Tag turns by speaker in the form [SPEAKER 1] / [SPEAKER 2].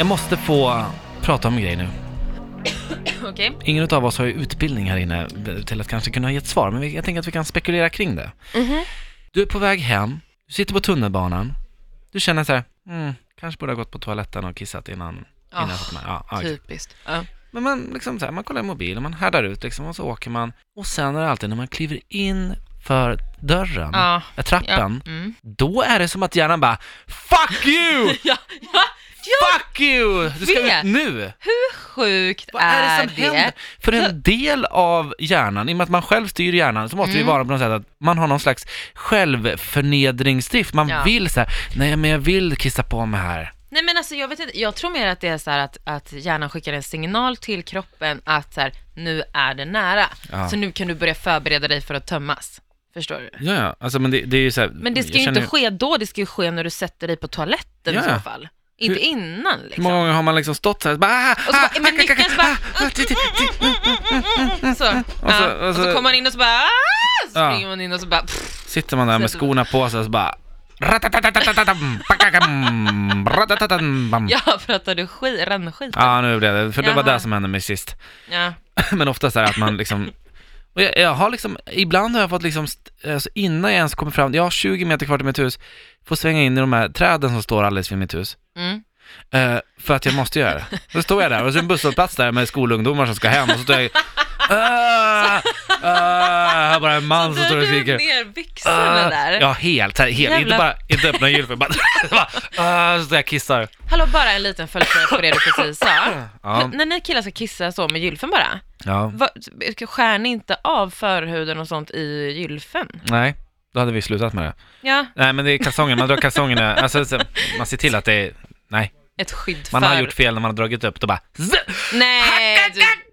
[SPEAKER 1] Jag måste få prata om en grej nu.
[SPEAKER 2] Okej.
[SPEAKER 1] Ingen av oss har ju utbildning här inne till att kanske kunna ge ett svar, men vi- jag tänker att vi kan spekulera kring det.
[SPEAKER 2] Mm-hmm.
[SPEAKER 1] Du är på väg hem, du sitter på tunnelbanan, du känner så här, mm, kanske borde ha gått på toaletten och kissat innan, innan jag
[SPEAKER 2] Ah,
[SPEAKER 1] satte mig." ja, ja, okej.
[SPEAKER 2] Typiskt. Ja.
[SPEAKER 1] Men man, liksom så här, man kollar i mobilen, man härdar ut liksom, och så åker man. Och sen är det alltid när man kliver in för dörren,
[SPEAKER 2] Ja.
[SPEAKER 1] äh, trappen,
[SPEAKER 2] Mm.
[SPEAKER 1] då är det som att hjärnan bara Fuck you!
[SPEAKER 2] ja, ja.
[SPEAKER 1] Fuck you! Du ska ut
[SPEAKER 2] vet.
[SPEAKER 1] nu!
[SPEAKER 2] Hur sjukt
[SPEAKER 1] Vad är, det som händer? För
[SPEAKER 2] Så-
[SPEAKER 1] en del av hjärnan, i och med att man själv styr hjärnan, så måste det ju
[SPEAKER 2] Mm.
[SPEAKER 1] vara på något sätt att man har någon slags självförnedringsdrift. Man
[SPEAKER 2] Ja.
[SPEAKER 1] vill så här, nej men jag vill kissa på mig här.
[SPEAKER 2] Nej men alltså jag vet inte, jag tror mer att det är så här att, att hjärnan skickar en signal till kroppen att så här, nu är det nära.
[SPEAKER 1] Ja.
[SPEAKER 2] Så nu kan du börja förbereda dig för att tömmas. Förstår du?
[SPEAKER 1] Ja, ja. Alltså, men det, det är ju så här,
[SPEAKER 2] Men det ska
[SPEAKER 1] jag
[SPEAKER 2] ju
[SPEAKER 1] känner
[SPEAKER 2] inte ske då, det ska ju ske när du sätter dig på toaletten
[SPEAKER 1] Ja,
[SPEAKER 2] i
[SPEAKER 1] ja.
[SPEAKER 2] så fall. Inte innan
[SPEAKER 1] Hur
[SPEAKER 2] liksom.
[SPEAKER 1] många gånger har man liksom stått så här, bara, ah,
[SPEAKER 2] Och så
[SPEAKER 1] ah,
[SPEAKER 2] bara, men
[SPEAKER 1] ah, ah,
[SPEAKER 2] nyckeln så
[SPEAKER 1] ah,
[SPEAKER 2] bara, "Mm."
[SPEAKER 1] ah, ah, titt, titt, titt.
[SPEAKER 2] Så, ja.
[SPEAKER 1] och så- och
[SPEAKER 2] och så
[SPEAKER 1] så-
[SPEAKER 2] kommer man in och så bara, "Ah!" så
[SPEAKER 1] Alltså, Ja.
[SPEAKER 2] springer man in och så bara, pff,
[SPEAKER 1] Sitter man där med
[SPEAKER 2] Sätter-
[SPEAKER 1] skorna på sig och så bara, ratatatatam, pakakam, ratatatam, bam.
[SPEAKER 2] ja pratar du skit, rännskit?
[SPEAKER 1] Ja, nu blev det, för det var
[SPEAKER 2] Jaha.
[SPEAKER 1] det som hände mig sist.
[SPEAKER 2] Ja.
[SPEAKER 1] Men ofta så här att man liksom och jag, jag har liksom, ibland har jag fått liksom, st- alltså innan jag ens kommer fram, jag har 20 meter kvar till mitt hus, får svänga in i de här träden som står alldeles vid mitt hus.
[SPEAKER 2] Mm.
[SPEAKER 1] Eh, för att jag måste göra det. Då står jag där och så är det en busshållplats där med skolungdomar som ska hem och så står jag Ah, ah, här bara en man som står och
[SPEAKER 2] drog
[SPEAKER 1] skriker.
[SPEAKER 2] ner byxorna
[SPEAKER 1] Ah,
[SPEAKER 2] där.
[SPEAKER 1] ja, helt, så här, helt. inte
[SPEAKER 2] Jävlar.
[SPEAKER 1] bara, inte öppna gylfen, bara, bara ah, så står jag och kissar.
[SPEAKER 2] Hallå, bara en liten följdfråga på det du precis sa.
[SPEAKER 1] Ja,
[SPEAKER 2] N- När ni killar ska kissa så med gylfen bara,
[SPEAKER 1] ja,
[SPEAKER 2] va, skär ni inte av förhuden och sånt i gylfen?
[SPEAKER 1] nej, då hade vi slutat med det.
[SPEAKER 2] Ja,
[SPEAKER 1] Nej men det är kalsongerna, man drar kalsongerna, alltså så- man ser till att det är, nej,
[SPEAKER 2] ett skydd
[SPEAKER 1] man
[SPEAKER 2] för...
[SPEAKER 1] har gjort fel när man har dragit upp, då bara Z!
[SPEAKER 2] Nej, du,